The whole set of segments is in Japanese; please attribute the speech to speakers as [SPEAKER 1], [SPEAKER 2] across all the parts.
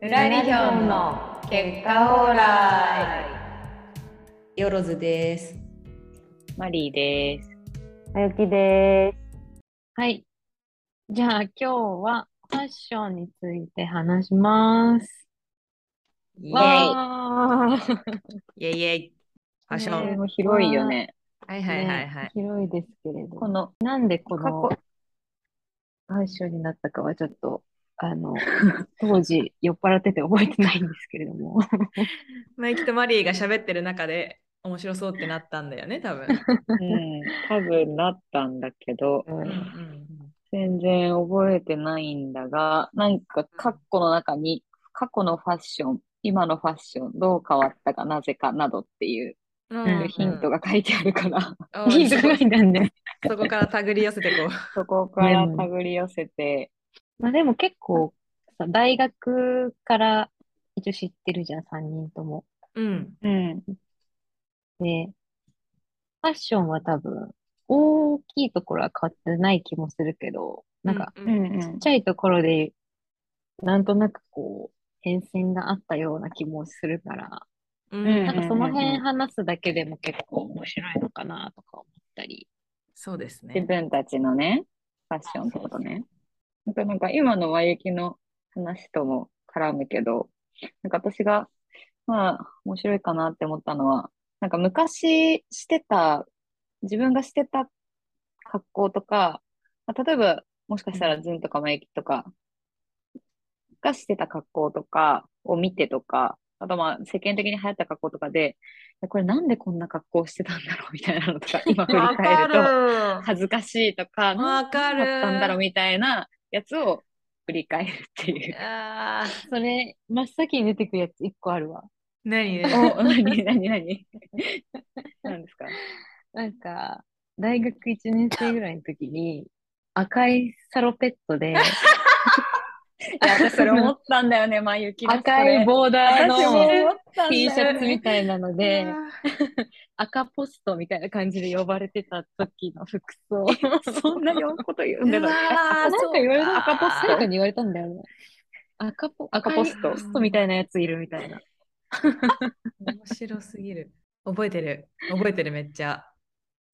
[SPEAKER 1] プラリヒョンの結果オーライ
[SPEAKER 2] よろずです。
[SPEAKER 3] マリーです。
[SPEAKER 4] あゆきで
[SPEAKER 3] はい。じゃあ今日はファッションについて話します。
[SPEAKER 2] イェ
[SPEAKER 3] わー
[SPEAKER 2] イイェイイェイファッショ
[SPEAKER 3] これ
[SPEAKER 2] ン。
[SPEAKER 3] も広いよね。
[SPEAKER 2] はいはいはいはい。
[SPEAKER 4] す。広いですけれ
[SPEAKER 3] こ
[SPEAKER 4] ど。
[SPEAKER 3] の、なんでこの
[SPEAKER 4] 過
[SPEAKER 3] ファッションになったかはちょっと、あ の、当時酔っ払ってて覚えてないんですけれども。
[SPEAKER 2] マイキとマリーが喋ってる中で面白そうってなったんだよね、多分。
[SPEAKER 5] うん、多分なったんだけど、
[SPEAKER 4] う
[SPEAKER 2] うんうんん
[SPEAKER 5] 全然覚えてないんだが、なんか過去の中に、過去のファッション、今のファッション、どう変わったか、なぜかなどっていう
[SPEAKER 2] うん
[SPEAKER 3] うん
[SPEAKER 5] ヒントが書いてあるから、
[SPEAKER 2] が
[SPEAKER 3] ヒントが書いてあるんで。
[SPEAKER 2] そこから手繰り寄せてこ
[SPEAKER 5] そこから手繰り寄せて、
[SPEAKER 3] まあでも結構さ、大学から一応知ってるじゃん、3人とも。
[SPEAKER 2] う。うん。
[SPEAKER 5] うん、
[SPEAKER 3] で、ファッションは多分、大きいところは変わってない気もするけど、なんか、
[SPEAKER 2] う
[SPEAKER 5] うんん、う
[SPEAKER 3] ちっ
[SPEAKER 5] ん。
[SPEAKER 3] ちゃいところで、なんとなくこう、変遷があったような気もするから、
[SPEAKER 2] うん
[SPEAKER 5] うん
[SPEAKER 3] なんかその
[SPEAKER 5] うんうん
[SPEAKER 3] 辺
[SPEAKER 5] うん
[SPEAKER 3] 話すだけでも結構面白いのかなとか思ったり。
[SPEAKER 2] そうです
[SPEAKER 5] 自
[SPEAKER 2] ね。
[SPEAKER 5] 分たちのね、ファッションってことね。あとなんか今の和雪の話とも絡むけど、なんか私が、まあ、面白いかなって思ったのは、なんか昔してた、自分がしてた格好とか、まあ、例えば、もしかしたらズンとかマユキとかがしてた格好とかを見てとか、あとまあ世間的に流行った格好とかで、いやこれなんでこんな格好してたんだろうみたいなのとか、今振り
[SPEAKER 2] わ
[SPEAKER 5] 返
[SPEAKER 2] か
[SPEAKER 5] ると、
[SPEAKER 2] る。
[SPEAKER 5] 恥ずかしいとか、
[SPEAKER 2] わかる
[SPEAKER 5] 何だったんだろうみたいなやつを振り返るって いう。
[SPEAKER 2] あー
[SPEAKER 3] それ、真っ先に出てくるやつ一個あるわ。
[SPEAKER 2] 何ね
[SPEAKER 5] お、なになになに何ですか
[SPEAKER 3] なんか、大学1年生ぐらいの時に、赤いサロペット で、
[SPEAKER 5] いや、私それ思ったんだよね、まゆきの
[SPEAKER 3] 赤いボーダーの
[SPEAKER 5] 私も思ったんだ
[SPEAKER 3] T シャツみ
[SPEAKER 5] た
[SPEAKER 3] たいなの
[SPEAKER 2] う
[SPEAKER 3] で、
[SPEAKER 2] わ
[SPEAKER 3] 赤ポストみたいな感じで呼ばれてた時の服装。
[SPEAKER 5] そんなこと言う
[SPEAKER 2] ー
[SPEAKER 5] んだろう
[SPEAKER 3] あ、なんか言われた、
[SPEAKER 2] そうか
[SPEAKER 3] 赤ポストかに言われたんだよね。赤ポ、赤
[SPEAKER 5] ポ
[SPEAKER 3] ポ
[SPEAKER 5] ス
[SPEAKER 3] ス
[SPEAKER 5] ト
[SPEAKER 3] ト。ポストみたいなやついるみたいな。
[SPEAKER 2] 面白すぎる。覚えてる。覚えてる、めっちゃ。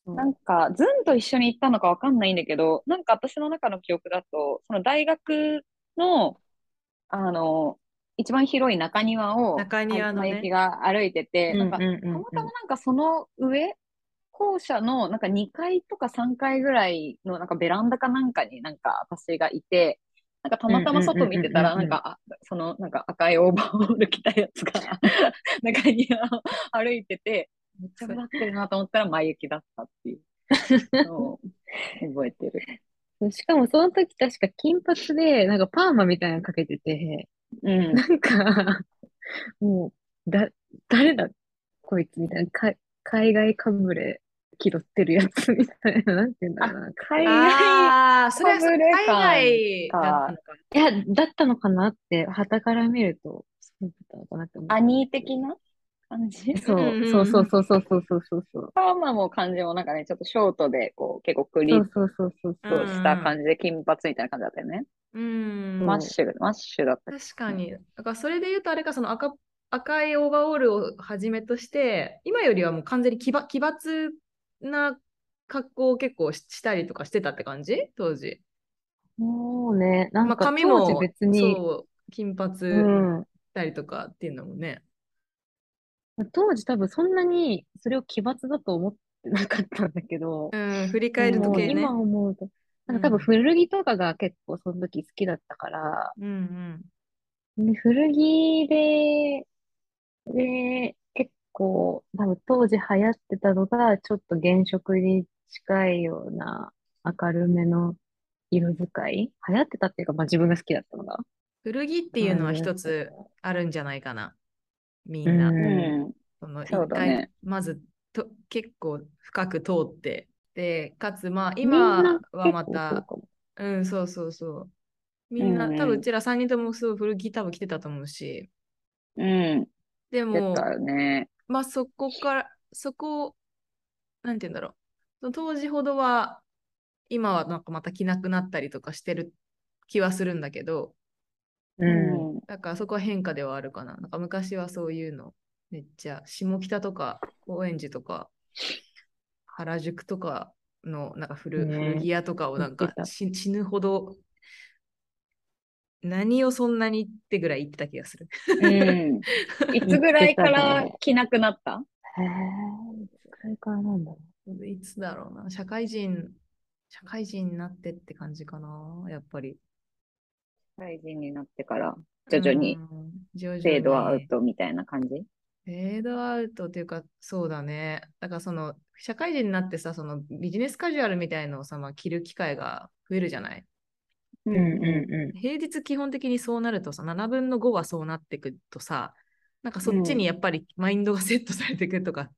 [SPEAKER 5] なんか、ズンと一緒に行ったのかわかんないんだけど、なんか私の中の記憶だと、その大学の、あの、一番広い中庭を、
[SPEAKER 2] 中庭のね
[SPEAKER 5] まゆきが歩いてて、なんか、
[SPEAKER 3] うん
[SPEAKER 5] たまたまなんかその上、校舎のなんか2階とか3階ぐらいのなんかベランダかなんかになんか私がいて、なんかたまたま外見てたら、
[SPEAKER 3] うんううんんうんうんう
[SPEAKER 5] なん
[SPEAKER 3] ん
[SPEAKER 5] か、あそのなんか赤いオーバーオール着たやつが 中庭を歩いてて、めっちゃ目立ってるなと思ったら前行きだったっていうのを覚えてる。
[SPEAKER 3] うん。しかもその時確か金髪で、なんかパーマみたいなのかけてて、
[SPEAKER 5] うん。
[SPEAKER 3] なんか、もう、だ、誰だこいつみたいな。か、海外かぶれ気取ってるやつみたいな。なんて言うんだろうな。
[SPEAKER 5] 海外
[SPEAKER 2] ああ、それは
[SPEAKER 5] かぶれ
[SPEAKER 2] 海外だったのか。
[SPEAKER 3] いや、だったのかなって、傍から見ると、そうだったのかなって思う。
[SPEAKER 5] アニー的な感じ
[SPEAKER 3] そう
[SPEAKER 2] うんうんうん
[SPEAKER 3] そうそうそうそうそうそうそう。
[SPEAKER 5] パーマも感じもなんかね、ちょっとショートでこう結構クリ
[SPEAKER 3] そ
[SPEAKER 5] ッ
[SPEAKER 3] うそうそうそうそう。
[SPEAKER 5] プした感じで金髪みたいな感じだったよね。
[SPEAKER 2] うん。
[SPEAKER 5] マッシュ、マッシュだった。
[SPEAKER 2] 確かに。だからそれで言うと、あれか、その赤赤いオーバーオールをはじめとして、今よりはもう完全に奇抜奇抜な格好を結構ししたりとかしてたって感じ当時。
[SPEAKER 3] もうね、なん
[SPEAKER 2] まあ、
[SPEAKER 3] か
[SPEAKER 2] 髪
[SPEAKER 3] 当時
[SPEAKER 2] も
[SPEAKER 3] 別に、
[SPEAKER 2] そう金髪し
[SPEAKER 3] うん。
[SPEAKER 2] たりとかっていうのもね。
[SPEAKER 3] 当時多分そんなにそれを奇抜だと思ってなかったんだけど、
[SPEAKER 2] うん、振り返ると
[SPEAKER 3] もう
[SPEAKER 2] 系ね。
[SPEAKER 3] 今思うと、なんか多分古着とかが結構その時好きだったから、
[SPEAKER 2] うんうん。
[SPEAKER 3] で古着で、で、結構多分当時流行ってたのがちょっと原色に近いような明るめの色使い流行ってたっていうか、まあ自分が好きだったのが。
[SPEAKER 2] 古着っていうのは
[SPEAKER 3] 感じだ
[SPEAKER 2] 一
[SPEAKER 3] った
[SPEAKER 2] つあるんじゃないかな。み
[SPEAKER 3] うん。
[SPEAKER 2] な。
[SPEAKER 5] うんん。
[SPEAKER 2] その一
[SPEAKER 5] そうだね
[SPEAKER 2] 回まずと結構深く通ってでかつまあ
[SPEAKER 3] みんな
[SPEAKER 2] 今はま
[SPEAKER 3] 結構そう
[SPEAKER 2] た
[SPEAKER 3] かも
[SPEAKER 2] うんそうそうそうみんな、
[SPEAKER 5] うんうん
[SPEAKER 2] 多分うちら3人ともすごい古着多分着てたと思うし
[SPEAKER 5] うん。
[SPEAKER 2] でも
[SPEAKER 5] 出たよね。
[SPEAKER 2] まあそこからそこをなんて言うんだろうその当時ほどは今はなんかまた着なくなったりとかしてる気はするんだけど
[SPEAKER 3] う。
[SPEAKER 5] うんん。
[SPEAKER 2] だからそこは変化ではあるかな。なんか昔はそういうの、めっちゃ下北とか高円寺とか原宿とかのなんか古,、
[SPEAKER 5] ね
[SPEAKER 2] 古着屋とかをなん
[SPEAKER 5] 行っ
[SPEAKER 2] か
[SPEAKER 5] てた
[SPEAKER 2] し死ぬほど何をそんなにってぐらい言ってた気がする。
[SPEAKER 5] うん。いつぐらいから着なくなった
[SPEAKER 3] へえ、使いからなんだろ
[SPEAKER 2] いつだろうな。社会人、社会人になってって感じかな。やっぱり。
[SPEAKER 5] 大事になってから徐々に
[SPEAKER 2] うん。徐々に。
[SPEAKER 5] フェードアウトみたいな感じ
[SPEAKER 2] フェードアウトっていうか、そうだね。だからその、社会人になってさ、そのビジネスカジュアルみたいのをさ、まあ、着る機会が増えるじゃない。
[SPEAKER 5] う
[SPEAKER 3] う。うんう
[SPEAKER 2] 平日基本的にそうなるとさ、7分の5はそうなってくとさ、なんかそっちにやっぱりマインドがセットされてくとか、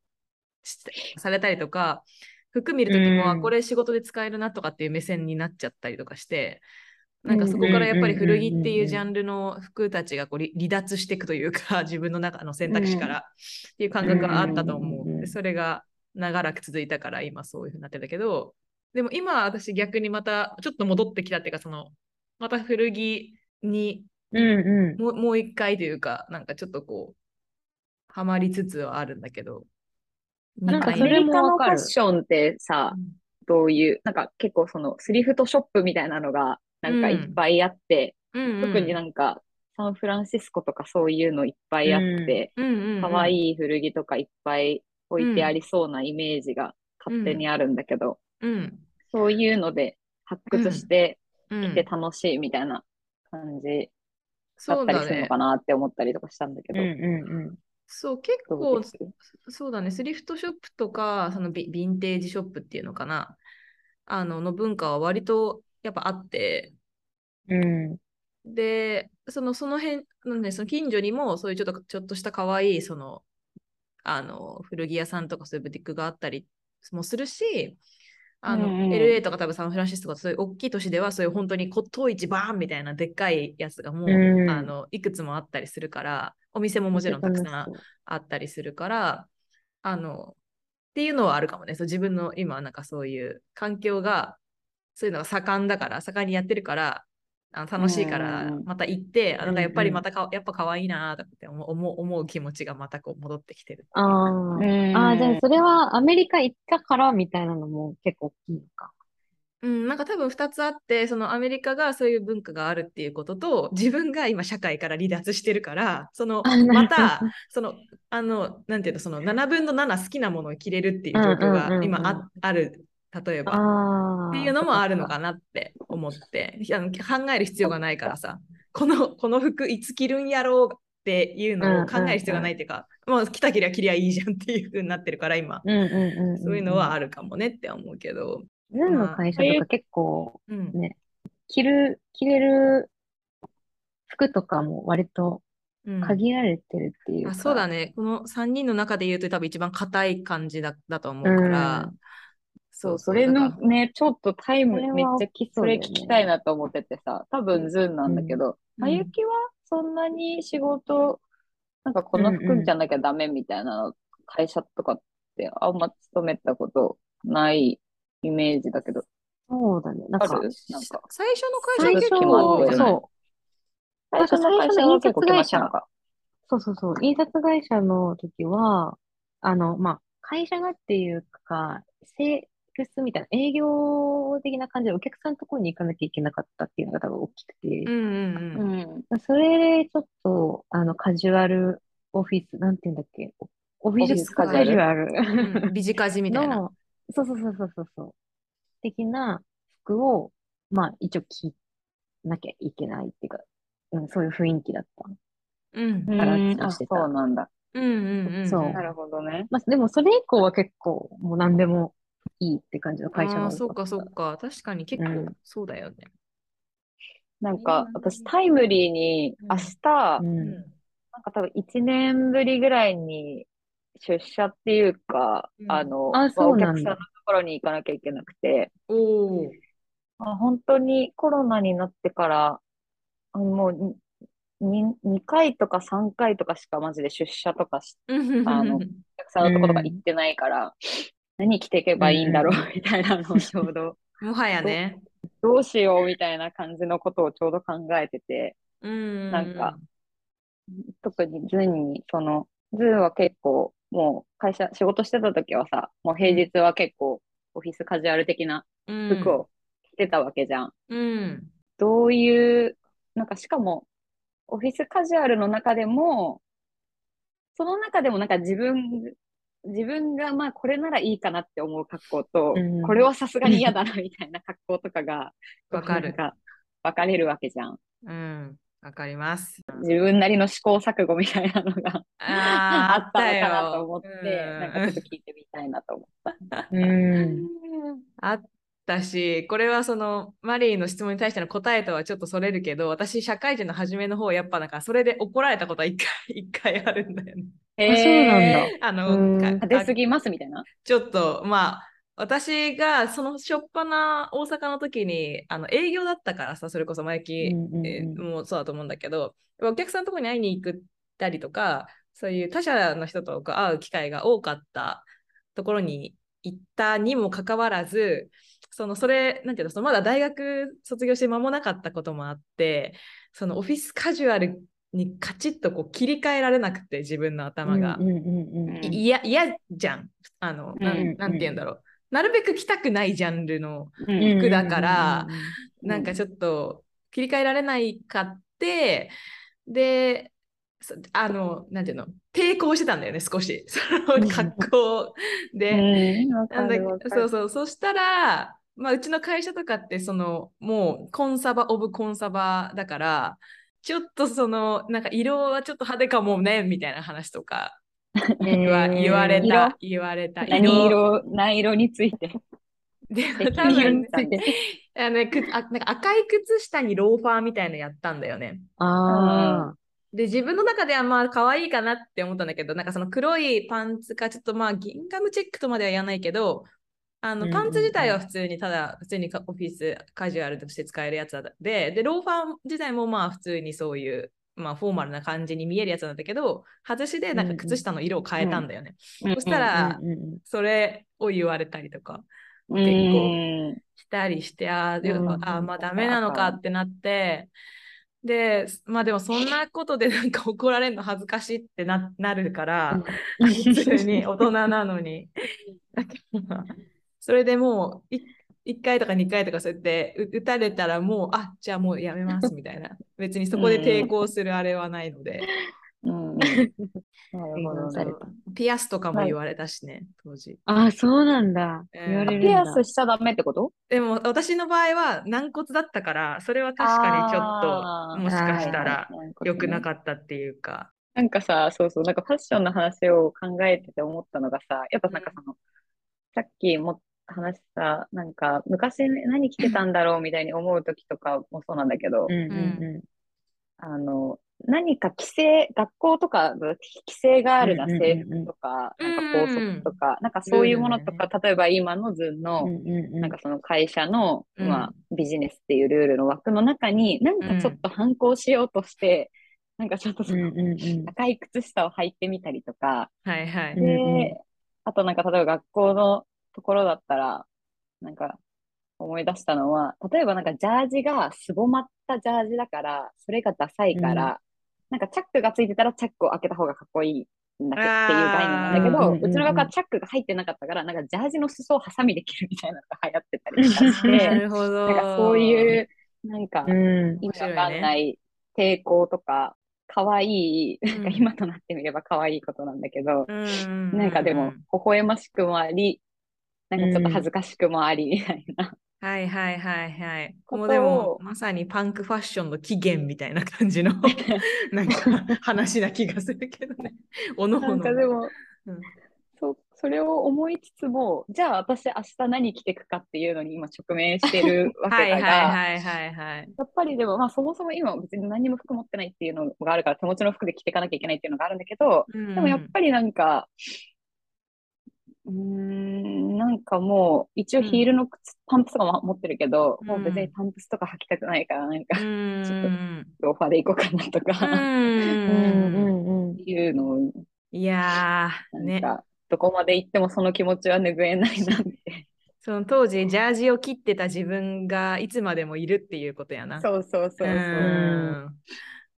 [SPEAKER 2] してされたりとか、服見るときも、
[SPEAKER 3] うん
[SPEAKER 2] あこれ仕事で使えるなとかっていう目線になっちゃったりとかして、なんかそこからやっぱり古着っていうジャンルの服たちがこう離離脱していくというか、 自分の中の選択肢からっていう感覚があったと思
[SPEAKER 3] うんうんうんう
[SPEAKER 2] う。
[SPEAKER 3] ん
[SPEAKER 2] でそれが長らく続いたから今そういうふうになってるけど、でも今私逆にまたちょっと戻ってきたっていうか、そのまた古着に
[SPEAKER 3] ん。うんうん。
[SPEAKER 2] もうもう一回というか、なんかちょっとこう、ハマりつつはあるんだけど、
[SPEAKER 5] なんか
[SPEAKER 2] 二回
[SPEAKER 5] ア
[SPEAKER 2] 目
[SPEAKER 5] メ
[SPEAKER 3] れ
[SPEAKER 5] リ
[SPEAKER 3] も
[SPEAKER 5] カの
[SPEAKER 3] わ
[SPEAKER 5] フ
[SPEAKER 3] か
[SPEAKER 5] ァ
[SPEAKER 3] る
[SPEAKER 5] ッションってさ、どういう、なんか結構そのスリフトショップみたいなのがなんかいっぱいあって、
[SPEAKER 2] うん
[SPEAKER 5] 特になんかサンフランシスコとかそういうのいっぱいあって、
[SPEAKER 2] うんうんうん、
[SPEAKER 5] 可愛い古着とかいっぱい置いてありそうなイメージが勝手にあるんだけど、
[SPEAKER 2] うん
[SPEAKER 5] そういうので発掘して
[SPEAKER 2] うん
[SPEAKER 5] 着て楽しいみたいな感じだ
[SPEAKER 2] そ
[SPEAKER 5] っ
[SPEAKER 2] う
[SPEAKER 5] たり
[SPEAKER 2] だ
[SPEAKER 5] するの
[SPEAKER 2] ね
[SPEAKER 5] か。なって思ったりとかしたんだけ
[SPEAKER 3] うん
[SPEAKER 5] ど。
[SPEAKER 3] うんうん。
[SPEAKER 2] そう、結
[SPEAKER 5] ど
[SPEAKER 2] 構
[SPEAKER 5] うです
[SPEAKER 2] そうだね、スリフトショップとか、そのビ、ヴィンテージショップっていうのかな、あの、の文化は割とやっぱあって、
[SPEAKER 3] うん。
[SPEAKER 2] で、その、その辺、なんで、その近所にも、そういうちょっと、ちょっとした可愛い、その、あの、古着屋さんとかそういうブティックがあったりもするし、あの、
[SPEAKER 5] うんうん
[SPEAKER 2] LA とか多分サンフランシスコとかそういう大きい都市では、そういう本当に骨董市バーンみたいなでっかいやつがもう、
[SPEAKER 3] うん
[SPEAKER 2] あの、いくつもあったりするから、お店ももちろんたくさんあったりするから、あの、っていうのはあるかもね。そう自分の今、なんかそういう環境が、そういうのが盛んだから、盛んにやってるから、あの楽しいか
[SPEAKER 5] うん
[SPEAKER 2] ら
[SPEAKER 5] うんう、ん
[SPEAKER 2] また行って、あなんかやっぱり
[SPEAKER 3] うんうん
[SPEAKER 2] またか、やっぱ可愛いなとかって思う思う思う気持ちがまたこう戻ってきてる。
[SPEAKER 3] ああ。ああ、じゃあそれはアメリカ行ったからみたいなのも結構大きいのか。
[SPEAKER 2] うん、なんか多分2つあって、そのアメリカがそういう文化があるっていうことと、自分が今社会から離脱してるから、その
[SPEAKER 3] あなるほど
[SPEAKER 2] また、その、あの、なんていうの、その7分の7好きなものを着れるっていう状況
[SPEAKER 3] うんうんうんう
[SPEAKER 2] が
[SPEAKER 3] ん
[SPEAKER 2] 今あ、ある、例えば。
[SPEAKER 3] ああ。
[SPEAKER 2] っていうのもあるのかなって思って、あの考える必要がないからさ、このこの服いつ着るんやろうっていうのを考える必要がないっていうか、もう着たきりゃ着りゃいいじゃんっていう風になってるから今、
[SPEAKER 3] うんうんうんんん。
[SPEAKER 2] そういうのはあるかもねって思うけど、
[SPEAKER 3] ズームの会社とか結構
[SPEAKER 2] うん、
[SPEAKER 3] 着る、着れる服とかも割と
[SPEAKER 2] うん
[SPEAKER 3] 限られてるっていう
[SPEAKER 2] あそうだ
[SPEAKER 3] ね。
[SPEAKER 2] ね、この3人の中で言うと多分一番硬い感じだだと思うから、
[SPEAKER 3] う
[SPEAKER 5] そ、
[SPEAKER 2] そう
[SPEAKER 5] それ
[SPEAKER 2] だ
[SPEAKER 5] の
[SPEAKER 2] から
[SPEAKER 5] ね、ちょっとタイム
[SPEAKER 3] これは
[SPEAKER 5] めっちゃき、
[SPEAKER 3] そ
[SPEAKER 5] そ
[SPEAKER 3] だ
[SPEAKER 5] うれ
[SPEAKER 3] よ
[SPEAKER 5] 聞
[SPEAKER 3] ね
[SPEAKER 5] きたいなと思っててさ、多分ズーンなんだけど、
[SPEAKER 2] うん
[SPEAKER 5] あゆきはそんなに仕事、なんかこの
[SPEAKER 3] うんう
[SPEAKER 5] 服
[SPEAKER 3] ん
[SPEAKER 5] じゃなきゃダメみたいな会社とかってあんま勤めたことないイメージだけど、
[SPEAKER 3] そうだね。なん
[SPEAKER 5] あ
[SPEAKER 3] か、
[SPEAKER 5] るなんか。
[SPEAKER 2] 最初の
[SPEAKER 3] 最
[SPEAKER 2] 会社
[SPEAKER 3] 初
[SPEAKER 2] 結
[SPEAKER 5] 決まって
[SPEAKER 2] 構
[SPEAKER 5] る
[SPEAKER 3] そう、
[SPEAKER 5] 最初の会社は結構決まってたのか。
[SPEAKER 3] そうそうそう。印刷会社の時は、あの、まあ、会社がっていうか、セールスみたいな、営業的な感じでお客さんのところに行かなきゃいけなかったっていうのが多分大きくて、
[SPEAKER 2] うんうんうん
[SPEAKER 5] うん。
[SPEAKER 3] それでちょっと、あの、カジュアルオフィス、なんて言うんだっけ、オオフィ
[SPEAKER 5] オフィ
[SPEAKER 3] ス
[SPEAKER 5] スカジュアル
[SPEAKER 3] カジュアル
[SPEAKER 2] うん、ビジカジみたいな。
[SPEAKER 3] の、そうそうそうそうそうそう、的な服を、まあ、一応着なきゃいけないっていうか、うん、そういう雰囲気だった。
[SPEAKER 2] うん
[SPEAKER 5] う
[SPEAKER 3] カラッ
[SPEAKER 5] ん、
[SPEAKER 3] と
[SPEAKER 5] あ、
[SPEAKER 3] し
[SPEAKER 5] そ
[SPEAKER 3] てた
[SPEAKER 5] うなんだ。
[SPEAKER 2] うんうんうんうん
[SPEAKER 3] そう
[SPEAKER 5] なるほどね。
[SPEAKER 3] まあ、でもそれ以降は結構もう何でもいいって感じの会社
[SPEAKER 2] ああ
[SPEAKER 3] が
[SPEAKER 2] ー、
[SPEAKER 3] 多
[SPEAKER 2] そう
[SPEAKER 3] か
[SPEAKER 2] か
[SPEAKER 3] っ
[SPEAKER 2] そ
[SPEAKER 3] た。
[SPEAKER 2] うか。確かに結構
[SPEAKER 3] うん
[SPEAKER 2] そうだよね。
[SPEAKER 5] なんか、私タイムリーに
[SPEAKER 2] うん
[SPEAKER 5] 明日、
[SPEAKER 3] う。
[SPEAKER 2] うんん
[SPEAKER 5] なんか多分1年ぶりぐらいに出社っていうか、
[SPEAKER 2] うん
[SPEAKER 5] あの、
[SPEAKER 3] あ
[SPEAKER 5] まあ
[SPEAKER 3] そう
[SPEAKER 5] お
[SPEAKER 3] なんだ
[SPEAKER 5] 客さんのところに行かなきゃいけなくて、
[SPEAKER 2] おお。
[SPEAKER 5] まあ、本当にコロナになってから、あもう2、2回とか3回とかしかマジで出社とかし、あのお客さんのところとか行ってないから、何着ていけばいいんだろうみたいなのをちょ うど、
[SPEAKER 2] もはやね。
[SPEAKER 5] どうしようみたいな感じのことをちょうど考えてて、
[SPEAKER 2] うん。
[SPEAKER 5] なんか、特にズンに、その、ズンは結構、もう会社、仕事してた時はさ、もう平日は結構、オフィスカジュアル的な
[SPEAKER 2] うん、
[SPEAKER 5] 服を着てたわけじゃん。
[SPEAKER 2] うん。
[SPEAKER 5] どういう、なんかしかも、オフィスカジュアルの中でも、その中でもなんか自分、自分がまあこれならいいかなって思う格好と、
[SPEAKER 3] うん
[SPEAKER 5] これはさすがに嫌だなみたいな格好とかが、
[SPEAKER 2] わかる
[SPEAKER 5] なん分かれるわけじゃん。
[SPEAKER 2] うん。わかり ます。
[SPEAKER 5] 自分なりの試行錯誤みたいなのが
[SPEAKER 2] あ
[SPEAKER 5] あ
[SPEAKER 2] ー
[SPEAKER 5] ったのかなと思って、なんかちょ
[SPEAKER 2] う
[SPEAKER 5] っと
[SPEAKER 2] ん
[SPEAKER 5] 聞いてみたいなと思
[SPEAKER 3] うん。
[SPEAKER 2] あったし、これはそのマリーの質問に対しての答えとはちょっとそれるけど、私、社会人の初めの方、やっぱなんか、それで怒られたことは一回、一回 あるんだよね。
[SPEAKER 5] う。
[SPEAKER 3] あそうなんだ
[SPEAKER 5] へー
[SPEAKER 2] あ
[SPEAKER 3] うん
[SPEAKER 2] の、か
[SPEAKER 5] あ出すぎますみたいな。
[SPEAKER 2] ちょっと、まあ、私がその初っ端な大阪の時に、あの営業だったからさ、それこそ前木、
[SPEAKER 3] うんうんうん
[SPEAKER 2] えーもうそうだと思うんだけど、お客さんのところに会いに行ったりとか、そういう他社の人とこう会う機会が多かったところに行ったにもかかわらず、そのそれ、なんていうの、そのまだ大学卒業して間もなかったこともあって、そのオフィスカジュアルにカチッとこう切り替えられなくて、自分の頭が。
[SPEAKER 3] うんうんうん
[SPEAKER 5] うん
[SPEAKER 2] いや、嫌じゃん。あの、な
[SPEAKER 5] うん
[SPEAKER 2] んなんて言うんだろう。なるべく着たくないジャンルの、
[SPEAKER 5] うん
[SPEAKER 2] 服だから、
[SPEAKER 5] うん
[SPEAKER 2] なんかちょっと切り替えられないかって、で、そあの、なんていうの、抵抗してたんだよね、少し。 その格好で。
[SPEAKER 5] うんわ
[SPEAKER 2] な
[SPEAKER 5] か
[SPEAKER 2] んだ
[SPEAKER 5] るわか
[SPEAKER 2] そう
[SPEAKER 5] る。
[SPEAKER 2] そう。そしたら、まあ、うちの会社とかって、その、もう、コンサバ・オブ・コンサバだから、ちょっとその、なんか、色はちょっと派手かもね、みたいな話とか、言わ言われた、言われた。
[SPEAKER 5] 何色、何色について。
[SPEAKER 2] で 多
[SPEAKER 5] 何色
[SPEAKER 2] 分
[SPEAKER 5] に
[SPEAKER 2] ね
[SPEAKER 5] ついて。
[SPEAKER 2] あのね、くあなんか赤い靴下にローファーみたいのやったんだよね。
[SPEAKER 3] あ
[SPEAKER 2] で、自分の中ではまあ可愛いかなって思ったんだけど、なんかその黒いパンツか、ちょっとまあギンガムチェックとまでは言わないけど、あ
[SPEAKER 3] うん
[SPEAKER 2] の
[SPEAKER 3] うん
[SPEAKER 2] パンツ自体は普通にただ普通にかオフィスカジュアルとして使えるやつだで、で、ローファー自体もまあ普通にそういう、まあフォーマルな感じに見えるやつなんだけど、外しでなんか靴下の色を変えたんだよね。 そした
[SPEAKER 3] あ。
[SPEAKER 2] ら、
[SPEAKER 3] うんうん
[SPEAKER 2] それを言われたりとか。
[SPEAKER 5] うんうん
[SPEAKER 2] したりして、あー、
[SPEAKER 3] うん
[SPEAKER 2] あーまあダメなのかってなって、で、まあでもそんなことでなんか怒られるの恥ずかしいってななるから、普通に大人なの に。だからそれでもうい1回とか2回とかそうやってう打たれたらもう、あじゃあもうやめますみたいな。別にそこで抵抗するあれはないので。
[SPEAKER 5] うんうん。なるほど
[SPEAKER 3] され
[SPEAKER 5] ね。
[SPEAKER 3] た
[SPEAKER 2] ピアスとかも言われたしね、当時。
[SPEAKER 3] あ、そうなんだ。
[SPEAKER 2] うん
[SPEAKER 3] 言われるん
[SPEAKER 5] ピ
[SPEAKER 3] だ。
[SPEAKER 5] アスしちゃダメってこと
[SPEAKER 2] でも私の場合は軟骨だったから、それは確かにちょっ
[SPEAKER 5] あ
[SPEAKER 2] と
[SPEAKER 5] ー
[SPEAKER 2] もしかしたら。良くな
[SPEAKER 5] っ
[SPEAKER 2] かったっていうか。
[SPEAKER 5] た。なんかさ、そうそう、なんかファッションの話を考えてて思ったのがさ、やっぱなんかその、さっきも話した、なんか昔何着てたんだろうみたいに思う時とかもそうなんだけど
[SPEAKER 3] う、んう
[SPEAKER 5] あの、何か規制、学校とかの規制があるな、
[SPEAKER 3] うんうん
[SPEAKER 5] 制服とか、
[SPEAKER 2] うん
[SPEAKER 5] なんか校則とか、なんかそういうものと
[SPEAKER 3] ルール
[SPEAKER 5] か、例えば今のズンの、
[SPEAKER 3] んうん。うんうん
[SPEAKER 5] なんかその会社の、
[SPEAKER 2] うん
[SPEAKER 5] まあ、ビジネスっていうルールの枠の中に、なんかちょっと反抗しようとして、なんかちょっとそ
[SPEAKER 3] うん
[SPEAKER 5] の
[SPEAKER 3] うんうん。
[SPEAKER 5] 赤い靴下を履いてみたりとか、
[SPEAKER 2] はいは
[SPEAKER 3] う
[SPEAKER 2] い
[SPEAKER 3] ん。
[SPEAKER 5] で
[SPEAKER 3] うんうん、
[SPEAKER 5] あとなんか例えば学校のところだったら、なんか思い出したのは、例えばなんかジャージがすぼまったジャージだから、それがダサいから、なんかチャックがついてたらチャックを開けた方がかっこいいんだけどっていう概念なんだけ
[SPEAKER 3] あー
[SPEAKER 5] ど、
[SPEAKER 3] うんうんうん
[SPEAKER 5] うちの学校はチャックが入ってなかったから、なんかジャージの裾をハサミで切るみたいなのが流行ってたりとかし
[SPEAKER 2] な
[SPEAKER 5] て、
[SPEAKER 2] るほど。。
[SPEAKER 5] なんかそういうう、なんか、
[SPEAKER 3] うん。
[SPEAKER 5] 意味わかんない抵抗とか、可愛い、なんか
[SPEAKER 2] うん
[SPEAKER 5] 今となってみれば可愛いことなんだけど、
[SPEAKER 2] ん
[SPEAKER 5] なんかでも、微笑ましくもあり、なんかちょっと恥ずかしくもあり、みたいな。
[SPEAKER 2] はいはいはいはい。
[SPEAKER 5] こと
[SPEAKER 2] も
[SPEAKER 5] を
[SPEAKER 2] うでも、まさにパンクファッションの起源みたいな感 じのなんか話な気がするけどね。おの
[SPEAKER 5] な
[SPEAKER 2] お
[SPEAKER 5] ん
[SPEAKER 2] の。
[SPEAKER 5] かでも
[SPEAKER 2] うん、
[SPEAKER 5] そそれを思いつつも、じゃあ私明日何着てくかっていうのに今直面してるわ
[SPEAKER 2] は
[SPEAKER 5] け
[SPEAKER 2] い
[SPEAKER 5] だ
[SPEAKER 2] はい
[SPEAKER 5] が、
[SPEAKER 2] はいはいはい。
[SPEAKER 5] やっぱりでも、まあそもそも今は別に何も服持ってないっていうのがあるから、手持ちの服で着ていかなきゃいけないっていうのがあるんだけど、
[SPEAKER 2] で
[SPEAKER 5] でもやっぱりなんか、うーん、なんかもう、一応ヒールの靴、パンプスとかも持ってるけど、もう別にパンプスとか履きたくないから、なんか、
[SPEAKER 2] うん。
[SPEAKER 5] ちょっとローファーで行 こうかなと
[SPEAKER 2] う
[SPEAKER 5] か、
[SPEAKER 3] うんんうんうん。
[SPEAKER 5] いうのを、
[SPEAKER 2] いやー、
[SPEAKER 5] なん
[SPEAKER 2] ね。
[SPEAKER 5] か、どこまで行ってもその気持ちは拭えないなって
[SPEAKER 2] その当時ジャージを切ってた自分がいつまでもいるっていうことやな。
[SPEAKER 5] そうそうそうそうう。
[SPEAKER 2] ん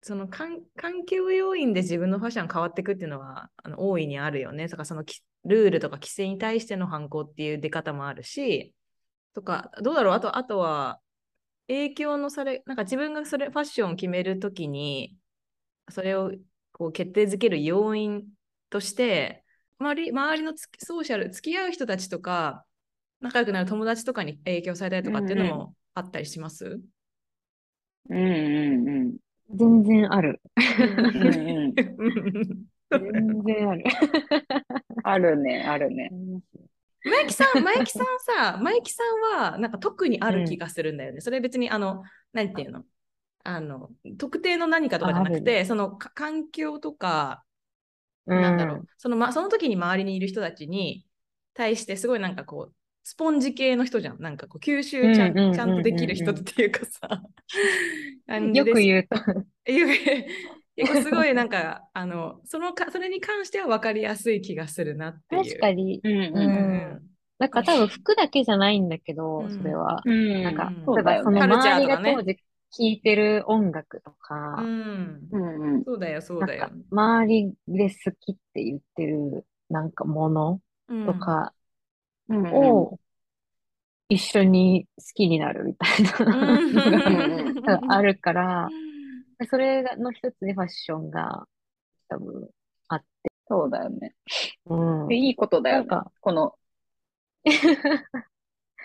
[SPEAKER 2] その環環境要因で自分のファッション変わっていくっていうのはあの大いにあるよね。だからそのきルールとか規制に対しての反抗っていう出方もあるし、とか、どうだろうあと、あとは、影響のされ、なんか自分がそれ、ファッションを決めるときに、それをこう決定づける要因として、周り周りのつソーシャル、付き合う人たちとか、仲良くなる友達とかに影響されたりとかっていうのもあったりします、
[SPEAKER 5] うんうんうん。
[SPEAKER 3] 全然ある。
[SPEAKER 5] う んうん、
[SPEAKER 3] 全然ある。
[SPEAKER 5] あるね、あるね。
[SPEAKER 2] マイキさん、マイキさんさ、マイキさんは、なんか特にある気がするんだよね。それ別に、あの、なんていうのあの、特定の何かとかじゃなくて、そのか環境とか、なんだろう、その、ま、その時に周りにいる人たちに対して、すごいなんかこう、スポンジ系の人じゃん。なんかこう、吸収ちゃん,、
[SPEAKER 3] うんうんうんうんうん
[SPEAKER 2] ちゃんとできる人っていうか さ、
[SPEAKER 3] うんよく
[SPEAKER 2] う
[SPEAKER 3] 言うと。
[SPEAKER 2] いやいや結構すごいなんか、あの、そのか、それに関しては分かりやすい気がするなっていう。
[SPEAKER 3] 確かに。
[SPEAKER 5] うん
[SPEAKER 2] う。
[SPEAKER 5] うん
[SPEAKER 3] なんか多分服だけじゃないんだけど、
[SPEAKER 2] うん
[SPEAKER 3] それは。
[SPEAKER 5] ん。うん
[SPEAKER 3] なんか、
[SPEAKER 2] そう
[SPEAKER 3] 例えば
[SPEAKER 5] だよ
[SPEAKER 3] そ
[SPEAKER 5] ね
[SPEAKER 3] の
[SPEAKER 2] カルチャー
[SPEAKER 3] 周
[SPEAKER 2] と
[SPEAKER 3] り
[SPEAKER 2] か
[SPEAKER 3] が
[SPEAKER 2] ね
[SPEAKER 3] 当時聴いてる音楽とか
[SPEAKER 2] う、ん
[SPEAKER 5] うんうん。
[SPEAKER 2] そうだよ、そう
[SPEAKER 3] な
[SPEAKER 2] だ
[SPEAKER 3] ん
[SPEAKER 2] よ
[SPEAKER 3] か。周りで好きって言ってるなんかものとか
[SPEAKER 5] うんうん
[SPEAKER 3] を一緒に好きになるみたい
[SPEAKER 2] うん、
[SPEAKER 3] なのが
[SPEAKER 5] うん
[SPEAKER 3] 多 分あるから
[SPEAKER 2] う、
[SPEAKER 3] それの一つでファッションが多分、
[SPEAKER 5] そうだよね。
[SPEAKER 3] うん。
[SPEAKER 5] でいいことだよね
[SPEAKER 3] なんか
[SPEAKER 5] この。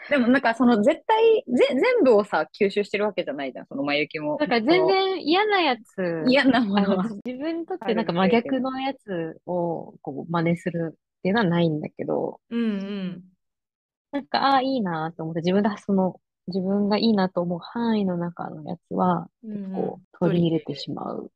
[SPEAKER 5] でもなんかその絶対ぜ、全部をさ、吸収してるわけじゃないじゃん、その眉毛も。
[SPEAKER 3] なんか全然嫌なやつ、
[SPEAKER 5] 嫌なも
[SPEAKER 3] あ
[SPEAKER 5] の
[SPEAKER 3] の
[SPEAKER 5] は。
[SPEAKER 3] 自分にとってなんか真逆のやつをこう真似するっていうのはないんだけど、
[SPEAKER 2] うん
[SPEAKER 3] なんか、ああ、いいなと思って、自分がその、自分がいいなと思う範囲の中のやつは、
[SPEAKER 2] うん
[SPEAKER 3] 結
[SPEAKER 2] うんう
[SPEAKER 3] 構
[SPEAKER 2] ん
[SPEAKER 3] 取り入れてしまう、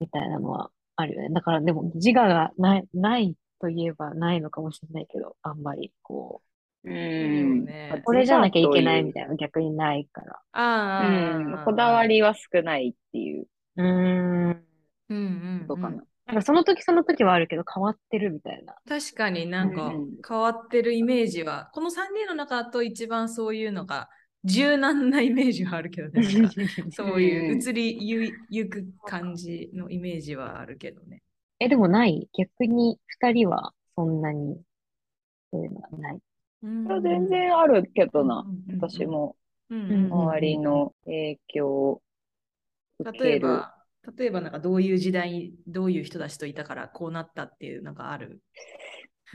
[SPEAKER 3] みたいなのはあるよね。だから、でも、自我がない、ないといえばないのかもしれないけど、あんまり、こ
[SPEAKER 5] う
[SPEAKER 2] うん
[SPEAKER 5] ん。
[SPEAKER 3] う、これじゃなきゃいけないみたいな、逆にないから。
[SPEAKER 2] あ
[SPEAKER 5] う
[SPEAKER 2] ー
[SPEAKER 5] ん。こだわりは少ないっていう
[SPEAKER 3] うーん。
[SPEAKER 2] うんうん
[SPEAKER 5] ことかな。
[SPEAKER 3] なんか、その時その時はあるけど、変わってるみた いな。
[SPEAKER 2] 確かになん
[SPEAKER 5] う
[SPEAKER 2] か
[SPEAKER 5] んうん
[SPEAKER 2] 変わってるイメージは、この3人の中だと一番そういうのが柔軟なイメージはあるけどね。なんかそういう移りゆゆく感じのイメージはあるけどね。
[SPEAKER 3] え、でもない逆に、二人は、そんなに、そういうのはない。
[SPEAKER 5] それは全然あるけどな。
[SPEAKER 2] うんうんうん
[SPEAKER 5] 私も
[SPEAKER 2] うんうん
[SPEAKER 3] うん
[SPEAKER 5] 周りの影響を受け
[SPEAKER 2] 例え
[SPEAKER 5] る。
[SPEAKER 2] ば、例えばなんかどういう時代にどういう人たちといたからこうなったっていうのがある。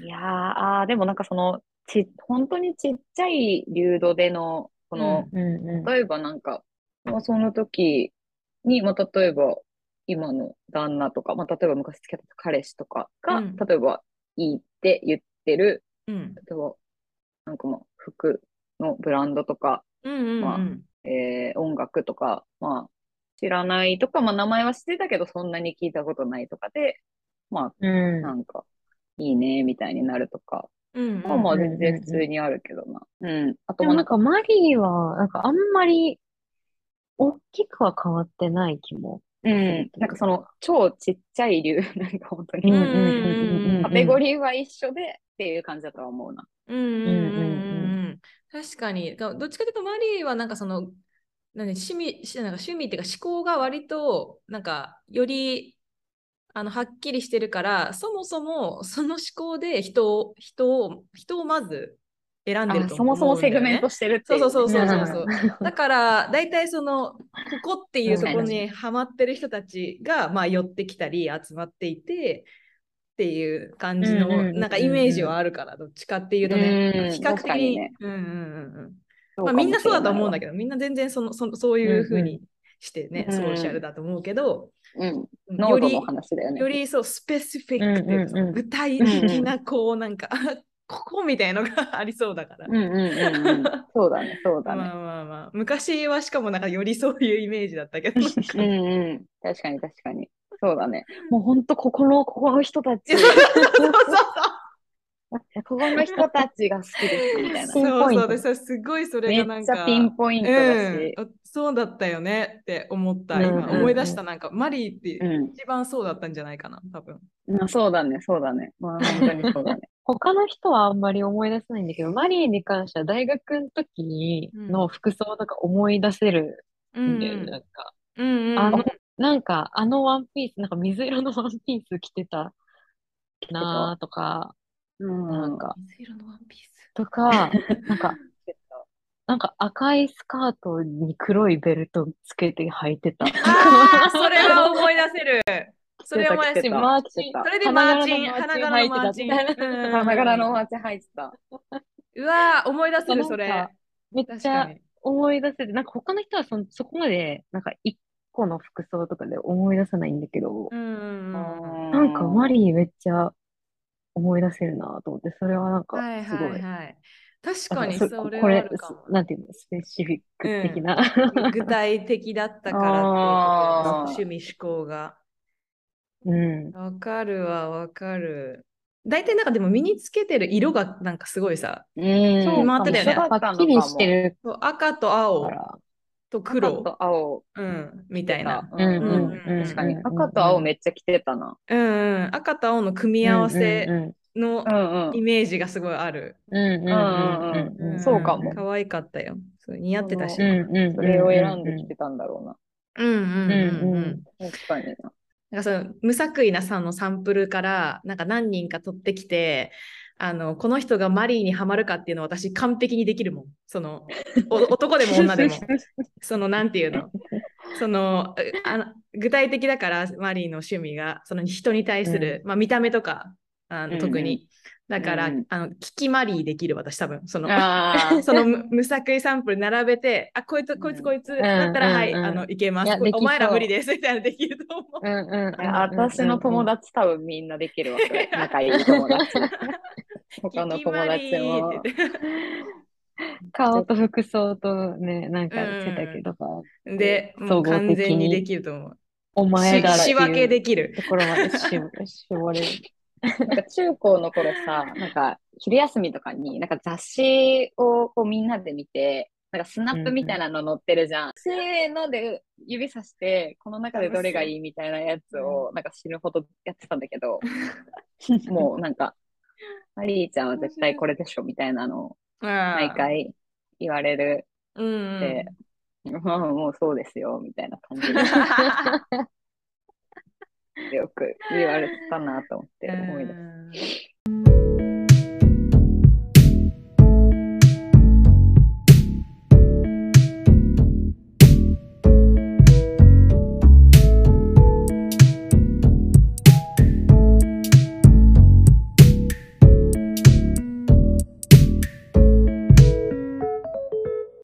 [SPEAKER 5] いやー、あーでもなんかその、ち、本当にちっちゃい流度での、この、
[SPEAKER 3] うんうん。
[SPEAKER 5] 例えばなんか、まあ、その時に、まあ、例えば今の旦那とか、まあ、例えば昔付き合ってた彼氏とかが、
[SPEAKER 2] うん
[SPEAKER 5] 例えばいいって言ってる、
[SPEAKER 2] うん。
[SPEAKER 5] 例えばなんかまあ服のブランドとか、
[SPEAKER 2] うんうん
[SPEAKER 5] まあ
[SPEAKER 2] うん。
[SPEAKER 5] えー音楽とか、まあ、知らないとか、まあ、名前は知ってたけどそんなに聞いたことないとかで、まあ、
[SPEAKER 3] うん
[SPEAKER 5] なんかいいねみたいになるとか、
[SPEAKER 2] うんうん
[SPEAKER 5] まあまあ全然普通にあるけどな。うん。あと
[SPEAKER 3] で
[SPEAKER 5] ま
[SPEAKER 3] もな
[SPEAKER 5] あなん
[SPEAKER 3] ん
[SPEAKER 5] か、
[SPEAKER 3] かマリーは、なんかあんまり大きくは変わってない気も。
[SPEAKER 5] うん。なんかその超ちっちゃい理由、なんか本当に。
[SPEAKER 2] んうんうんうん
[SPEAKER 5] カテゴリーは一緒でっていう感じだとは思うな。
[SPEAKER 2] うんうん
[SPEAKER 3] う
[SPEAKER 2] う
[SPEAKER 3] ん
[SPEAKER 2] んうん確かに、だどっちかというとマリーはなんかその、何趣味、しなんか趣味っていうか思考が割と、なんかよりあのはっきりしてるから、そもそもその思考で人を、人を、人をまず選んでる
[SPEAKER 5] あ
[SPEAKER 2] と
[SPEAKER 5] そもそも
[SPEAKER 2] 思うんだ
[SPEAKER 5] セ
[SPEAKER 2] よね
[SPEAKER 5] グメントしてるって
[SPEAKER 2] そ
[SPEAKER 5] いうう。
[SPEAKER 2] そうそうそうそう
[SPEAKER 3] う
[SPEAKER 2] そ
[SPEAKER 3] ん
[SPEAKER 2] う。だから大体そのここっていうところ
[SPEAKER 5] 確か
[SPEAKER 2] にハマってる人たちがまあ寄ってきたり集まっていてっていう感じ
[SPEAKER 3] うんうんうん
[SPEAKER 2] の
[SPEAKER 3] うん
[SPEAKER 2] なんかイメージはあるからどっちかっていうと
[SPEAKER 5] う
[SPEAKER 2] ね
[SPEAKER 5] ん
[SPEAKER 2] 比較
[SPEAKER 5] 確
[SPEAKER 2] 的
[SPEAKER 5] かに
[SPEAKER 2] に
[SPEAKER 5] ね
[SPEAKER 2] うんうんうんうん
[SPEAKER 5] そ
[SPEAKER 2] ま
[SPEAKER 5] うか
[SPEAKER 2] あ
[SPEAKER 5] も
[SPEAKER 2] みんな
[SPEAKER 5] し
[SPEAKER 2] そう
[SPEAKER 5] れな
[SPEAKER 2] だ
[SPEAKER 5] い
[SPEAKER 2] と思うんだけどみんな全然そのそそういうふうにしてね
[SPEAKER 5] うんうん
[SPEAKER 2] ソーシャルだと思うけど
[SPEAKER 5] わうん。
[SPEAKER 2] よ
[SPEAKER 5] 濃度
[SPEAKER 2] り
[SPEAKER 5] の話だよね。
[SPEAKER 2] よりそうスペシフィックっていうかそ
[SPEAKER 3] うんうん
[SPEAKER 2] の
[SPEAKER 3] うん
[SPEAKER 2] 具体的なこうなんか ここみたいのがありそうだから
[SPEAKER 5] うんうんうんうん。そうだね、そうだ
[SPEAKER 2] ま。あ
[SPEAKER 5] ね
[SPEAKER 2] まあまあ、昔はしかもなんかよりそういうイメージだったけど。なんか
[SPEAKER 5] うんうん。確かに確かに。そうだね。もう本当ここ の、ここの人 たち、ここの人たちが好きですみたいな。
[SPEAKER 3] ピンポイン
[SPEAKER 2] そうそ
[SPEAKER 3] ト
[SPEAKER 2] うでさすごいそれ
[SPEAKER 5] め
[SPEAKER 2] がなん
[SPEAKER 5] っち
[SPEAKER 2] か。
[SPEAKER 5] ゃピンポイントだし。
[SPEAKER 2] うん、そうだったよねって思った、
[SPEAKER 3] うん
[SPEAKER 2] 今思い出したなんかマリーって
[SPEAKER 5] うん。
[SPEAKER 2] 一番そうだったんじゃないかな多分
[SPEAKER 5] まあそうだね、そうだね。まあ本当にそうだね。
[SPEAKER 3] 他の人はあんまり思い出せないんだけど、マリーに関しては大学の時の服装とか思い出せる
[SPEAKER 2] うん
[SPEAKER 3] だよね、
[SPEAKER 2] ん
[SPEAKER 3] なんか。
[SPEAKER 2] うんうん
[SPEAKER 3] あの、なんか、あのワンピース、なんか水色のワンピース着てたなーとか、
[SPEAKER 5] な
[SPEAKER 3] なんか、
[SPEAKER 2] 水色のワンピース。
[SPEAKER 3] とか、な んか、なんか赤いスカートに黒いベルトつけて履いてた。
[SPEAKER 2] ああ、それは思い出せる。それは思い出せる。
[SPEAKER 5] 着てた
[SPEAKER 3] マーチン、
[SPEAKER 2] それでマーチン、
[SPEAKER 3] 花
[SPEAKER 2] 花柄
[SPEAKER 3] 柄の
[SPEAKER 2] のマ
[SPEAKER 3] マ
[SPEAKER 2] ー
[SPEAKER 3] ー
[SPEAKER 2] チ
[SPEAKER 3] チ
[SPEAKER 2] ン。
[SPEAKER 3] ン
[SPEAKER 2] う
[SPEAKER 3] 履いてたみたい
[SPEAKER 2] ん
[SPEAKER 3] な
[SPEAKER 5] 花柄のマーチ入ってた。
[SPEAKER 2] うわー、思い出せる、そ
[SPEAKER 3] なん
[SPEAKER 2] れ
[SPEAKER 3] か。めっ
[SPEAKER 2] 確
[SPEAKER 3] ち
[SPEAKER 2] か
[SPEAKER 3] ゃ
[SPEAKER 2] に。
[SPEAKER 3] 思い出せて、なんか他の人はそん、そこまで、なんか一個の服装とかで思い出さないんだけど、
[SPEAKER 2] うんうんうん。
[SPEAKER 3] なんかマ
[SPEAKER 5] り
[SPEAKER 3] リーめっちゃ思い出せるなと思って、それはなんか
[SPEAKER 2] はい
[SPEAKER 3] すご
[SPEAKER 2] はい
[SPEAKER 3] い。
[SPEAKER 2] はい。確
[SPEAKER 3] な
[SPEAKER 2] か
[SPEAKER 3] ん
[SPEAKER 2] に
[SPEAKER 3] かそ
[SPEAKER 2] それ
[SPEAKER 3] こ
[SPEAKER 2] はあ
[SPEAKER 3] れ
[SPEAKER 2] るかも。
[SPEAKER 3] なんていうの、スペシフィック的な。
[SPEAKER 2] 具体的だったからっていうこと
[SPEAKER 5] あー
[SPEAKER 2] ですね趣味思考が。
[SPEAKER 3] うん。
[SPEAKER 2] わかるわ、わかる。大体なんかでも身につけてる色がなんかすごいさ、
[SPEAKER 5] うん。
[SPEAKER 2] そう今あったよね
[SPEAKER 5] 一緒だ
[SPEAKER 3] は
[SPEAKER 5] ったの
[SPEAKER 3] っきりして
[SPEAKER 5] か
[SPEAKER 3] る
[SPEAKER 2] そう赤と
[SPEAKER 3] か
[SPEAKER 2] 青
[SPEAKER 3] ら。
[SPEAKER 2] と
[SPEAKER 5] も。
[SPEAKER 2] 黒
[SPEAKER 5] 赤と青。
[SPEAKER 2] うん、みたいな。
[SPEAKER 5] うん
[SPEAKER 2] うん
[SPEAKER 5] うん。
[SPEAKER 2] うん
[SPEAKER 5] 確かに。赤と青めっちゃ着てたな。
[SPEAKER 2] うんうん、赤と青の組み合わせの
[SPEAKER 5] うんうん
[SPEAKER 2] イ。メージがすごいある。
[SPEAKER 3] うんうんうんうんうんうん
[SPEAKER 2] ん
[SPEAKER 5] そうかも
[SPEAKER 2] 可愛かったよ。そう似合ってたし
[SPEAKER 5] う。
[SPEAKER 3] うんうん
[SPEAKER 5] それを選んできてたんだろうな。
[SPEAKER 2] うんうんうんう
[SPEAKER 3] うんん。
[SPEAKER 5] 確かにな。
[SPEAKER 2] なんかその無作為なさんのサンプルからなんか何人か取ってきてあのこの人がマリーにはまるかっていうのを私完璧にできるもんそのお 男でも女でもそのなんていうのそのうあの具体的だからマリーの趣味がその人に対する、まあ、見た目とかあ
[SPEAKER 5] うんう
[SPEAKER 2] の
[SPEAKER 5] ん
[SPEAKER 2] 特に、だから、
[SPEAKER 5] うんうん
[SPEAKER 2] あの聞きマリーできる私多分その
[SPEAKER 5] ああ。
[SPEAKER 2] その無無作為サンプル並べて、あ、こいつ、こいつ、こいつ、だったら、
[SPEAKER 3] うん
[SPEAKER 2] はい、
[SPEAKER 3] うん
[SPEAKER 2] あの、いけます。
[SPEAKER 3] いや
[SPEAKER 2] こ
[SPEAKER 3] できそう
[SPEAKER 2] お前ら無理です、みたいなできると思う。
[SPEAKER 3] うんうんうんうんうん
[SPEAKER 5] 私の友達多分みんなできるわ。それ仲いい友達。他の友
[SPEAKER 2] 聞
[SPEAKER 5] 達も
[SPEAKER 2] きマリーって言っ
[SPEAKER 3] 顔と服装とね、なんか
[SPEAKER 2] うん
[SPEAKER 3] 背丈とか、
[SPEAKER 2] てで、もう
[SPEAKER 3] 総合的に
[SPEAKER 2] 完全にできると思う。
[SPEAKER 3] お前
[SPEAKER 2] し
[SPEAKER 3] だらって
[SPEAKER 2] 仕
[SPEAKER 3] いう
[SPEAKER 2] 分けできる。
[SPEAKER 3] ところまでし 絞れる。
[SPEAKER 5] なんか中高の頃さ、なんか昼休みとかに、なんか雑誌をこうみんなで見て、なんかスナップみたいなの載ってるじゃん。せーので指さして、この中でどれがいいみたいなやつを、なんか死ぬほどやってたんだけ ど、もうなんか、マリーちゃんは絶対これでしょみたいなのを毎
[SPEAKER 2] 毎。
[SPEAKER 5] 回言われる
[SPEAKER 2] うんうん。
[SPEAKER 5] で、まあ もうそうですよ、みたいな感じで、よく言われてたなと思って思い出す。
[SPEAKER 2] うん